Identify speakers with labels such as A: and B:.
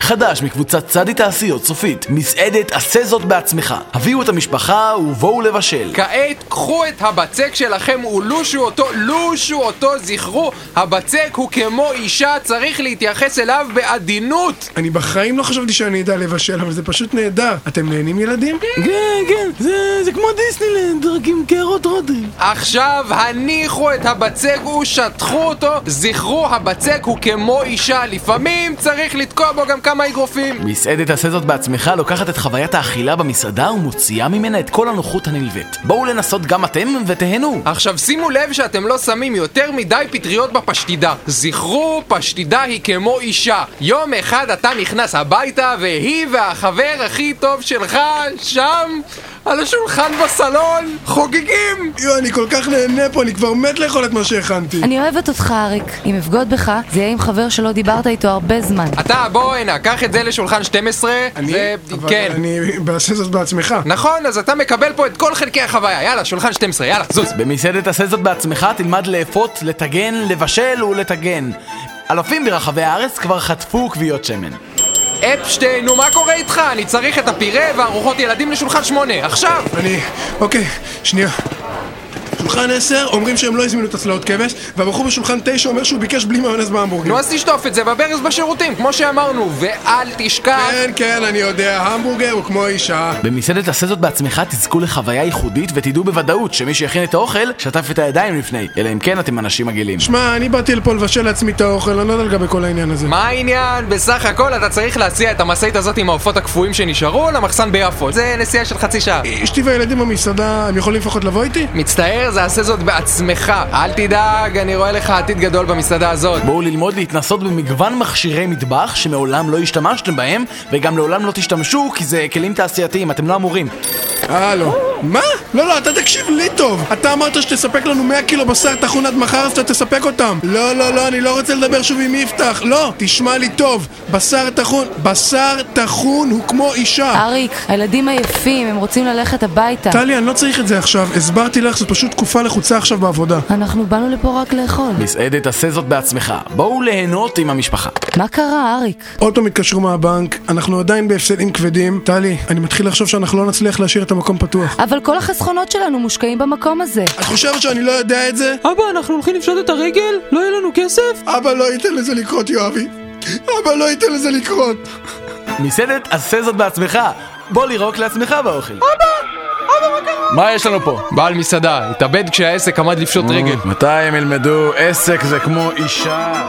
A: חדש מקבוצת צדי תעשיות סופית, מסעדת עשה זאת בעצמך. הביאו את המשפחה ובואו לבשל.
B: כעת קחו את הבצק שלכם ולושו אותו, לושו אותו, זכרו, הבצק הוא כמו אישה, צריך להתייחס אליו בעדינות.
C: אני בחיים לא חשבתי שאני אדע לבשל, אבל זה פשוט נהדר. אתם נהנים ילדים?
D: כן, כן, זה, זה כמו דיסנילנד, רק עם קערות רוטרים.
B: עכשיו הניחו את הבצק ושטחו אותו, זכרו, הבצק הוא כמו אישה, לפעמים צריך לתקוע בו גם כמה אגרופים.
A: מסעדת עשה זאת בעצמך לוקחת את חוויית האכילה במסעדה ומוציאה ממנה את כל הנוחות הנלווית. בואו לנסות גם אתם ותהנו!
B: עכשיו שימו לב שאתם לא שמים יותר מדי פטריות בפשטידה. זכרו, פשטידה היא כמו אישה. יום אחד אתה נכנס הביתה, והיא והחבר הכי טוב שלך, שם, על השולחן בסלון, חוגגים!
C: יואו, אני כל כך נהנה פה, אני כבר מת לאכול את מה שהכנתי.
E: אני אוהבת אותך, אריק. אם אבגוד בך, זה יהיה עם חבר שלא דיברת איתו הרבה זמן.
B: אתה, בוא הנה, קח את זה לשולחן 12. זה...
C: אבל
B: כן.
C: אני אעשה זאת בעצמך.
B: נכון, אז אתה מקבל פה את כל חלקי החוויה. יאללה, שולחן 12, יאללה, זוז.
A: במסעדת עשה זאת בעצמך תלמד לאפות, לטגן, לבשל ולטגן. אלפים ברחבי הארץ כבר חטפו כוויות שמן.
B: אפשטיין, נו, מה קורה איתך? אני צריך את הפירה וארוחות ילדים לשולחן 8, עכשיו!
C: אני... אוקיי, שנייה. שולחן 10, אומרים שהם לא הזמינו את הצלעות כבש, והבחור בשולחן 9 אומר שהוא ביקש בלי מיונז בהמבורגר.
B: נו, לא אז תשטוף את זה בברז בשירותים, כמו שאמרנו, ואל תשכח...
C: כן, כן, אני יודע, המבורגר הוא כמו אישה.
A: במסעדת עשה זאת בעצמך תזכו לחוויה ייחודית ותדעו בוודאות שמי שהכין את האוכל שטף את הידיים לפני, אלא אם כן אתם אנשים מגעילים.
C: שמע, אני באתי לפה לבשל לעצמי את האוכל, אני לא יודע לגבי כל העניין הזה.
B: מה העניין? בסך הכל אתה צריך להסיע את המשאית הזאת עם העופות הקפואים שנשארו למחסן ביפו. זה נסיעה של חצי שעה.
C: אשתי והילדים במסעדה, הם יכולים לפחות לבוא איתי?
B: מצטער, זה עשה זאת בעצמך. אל תדאג, אני רואה לך עתיד גדול במסעדה הזאת.
A: בואו ללמוד להתנסות במגוון מכשירי מטבח שמעולם לא השתמשתם בהם וגם לעולם לא תשתמשו כי זה כלים תעשייתיים, אתם לא אמורים.
C: הלו. מה? אה, לא, לא, אתה תקשיב לי טוב. אתה אמרת שתספק לנו 100 קילו בשר טחון עד מחר, אז אתה תספק אותם. לא, לא, לא, אני לא רוצה לדבר שוב עם יפתח. לא, תשמע לי טוב. בשר טחון, בשר טחון הוא כמו אישה.
E: אריק, הילדים עייפים, הם רוצים ללכת הביתה.
C: טלי, אני לא צריך את זה עכשיו. הסברתי לך, זו פשוט תקופה לחוצה עכשיו בעבודה.
E: אנחנו באנו לפה רק לאכול.
A: מסעדת עשה זאת בעצמך, בואו ליהנות עם המשפחה.
E: מה קרה, אריק?
C: עוד פעם התקשרו מהבנק, אנחנו עדיין בהפסדים כבדים. טלי, אני מתחיל לחשוב שאנחנו לא נצליח להשאיר את המקום פתוח.
E: אבל כל החסכונות שלנו מושקעים במקום הזה.
C: את חושבת שאני לא יודע את זה?
D: אבא, אנחנו הולכים לפשוט את הרגל? לא יהיה לנו כסף?
C: אבא לא ייתן לזה לקרות, יואבי. אבא לא ייתן לזה לקרות.
A: מסעדת עשה זאת בעצמך, בוא לירוק לעצמך באוכל. אבא! אבא, מה קרה? מה יש לנו פה?
B: בעל מסעדה, התאבד כשהעסק עמד לפשוט רגל.
A: מתי הם ילמדו עסק זה כמו אישה?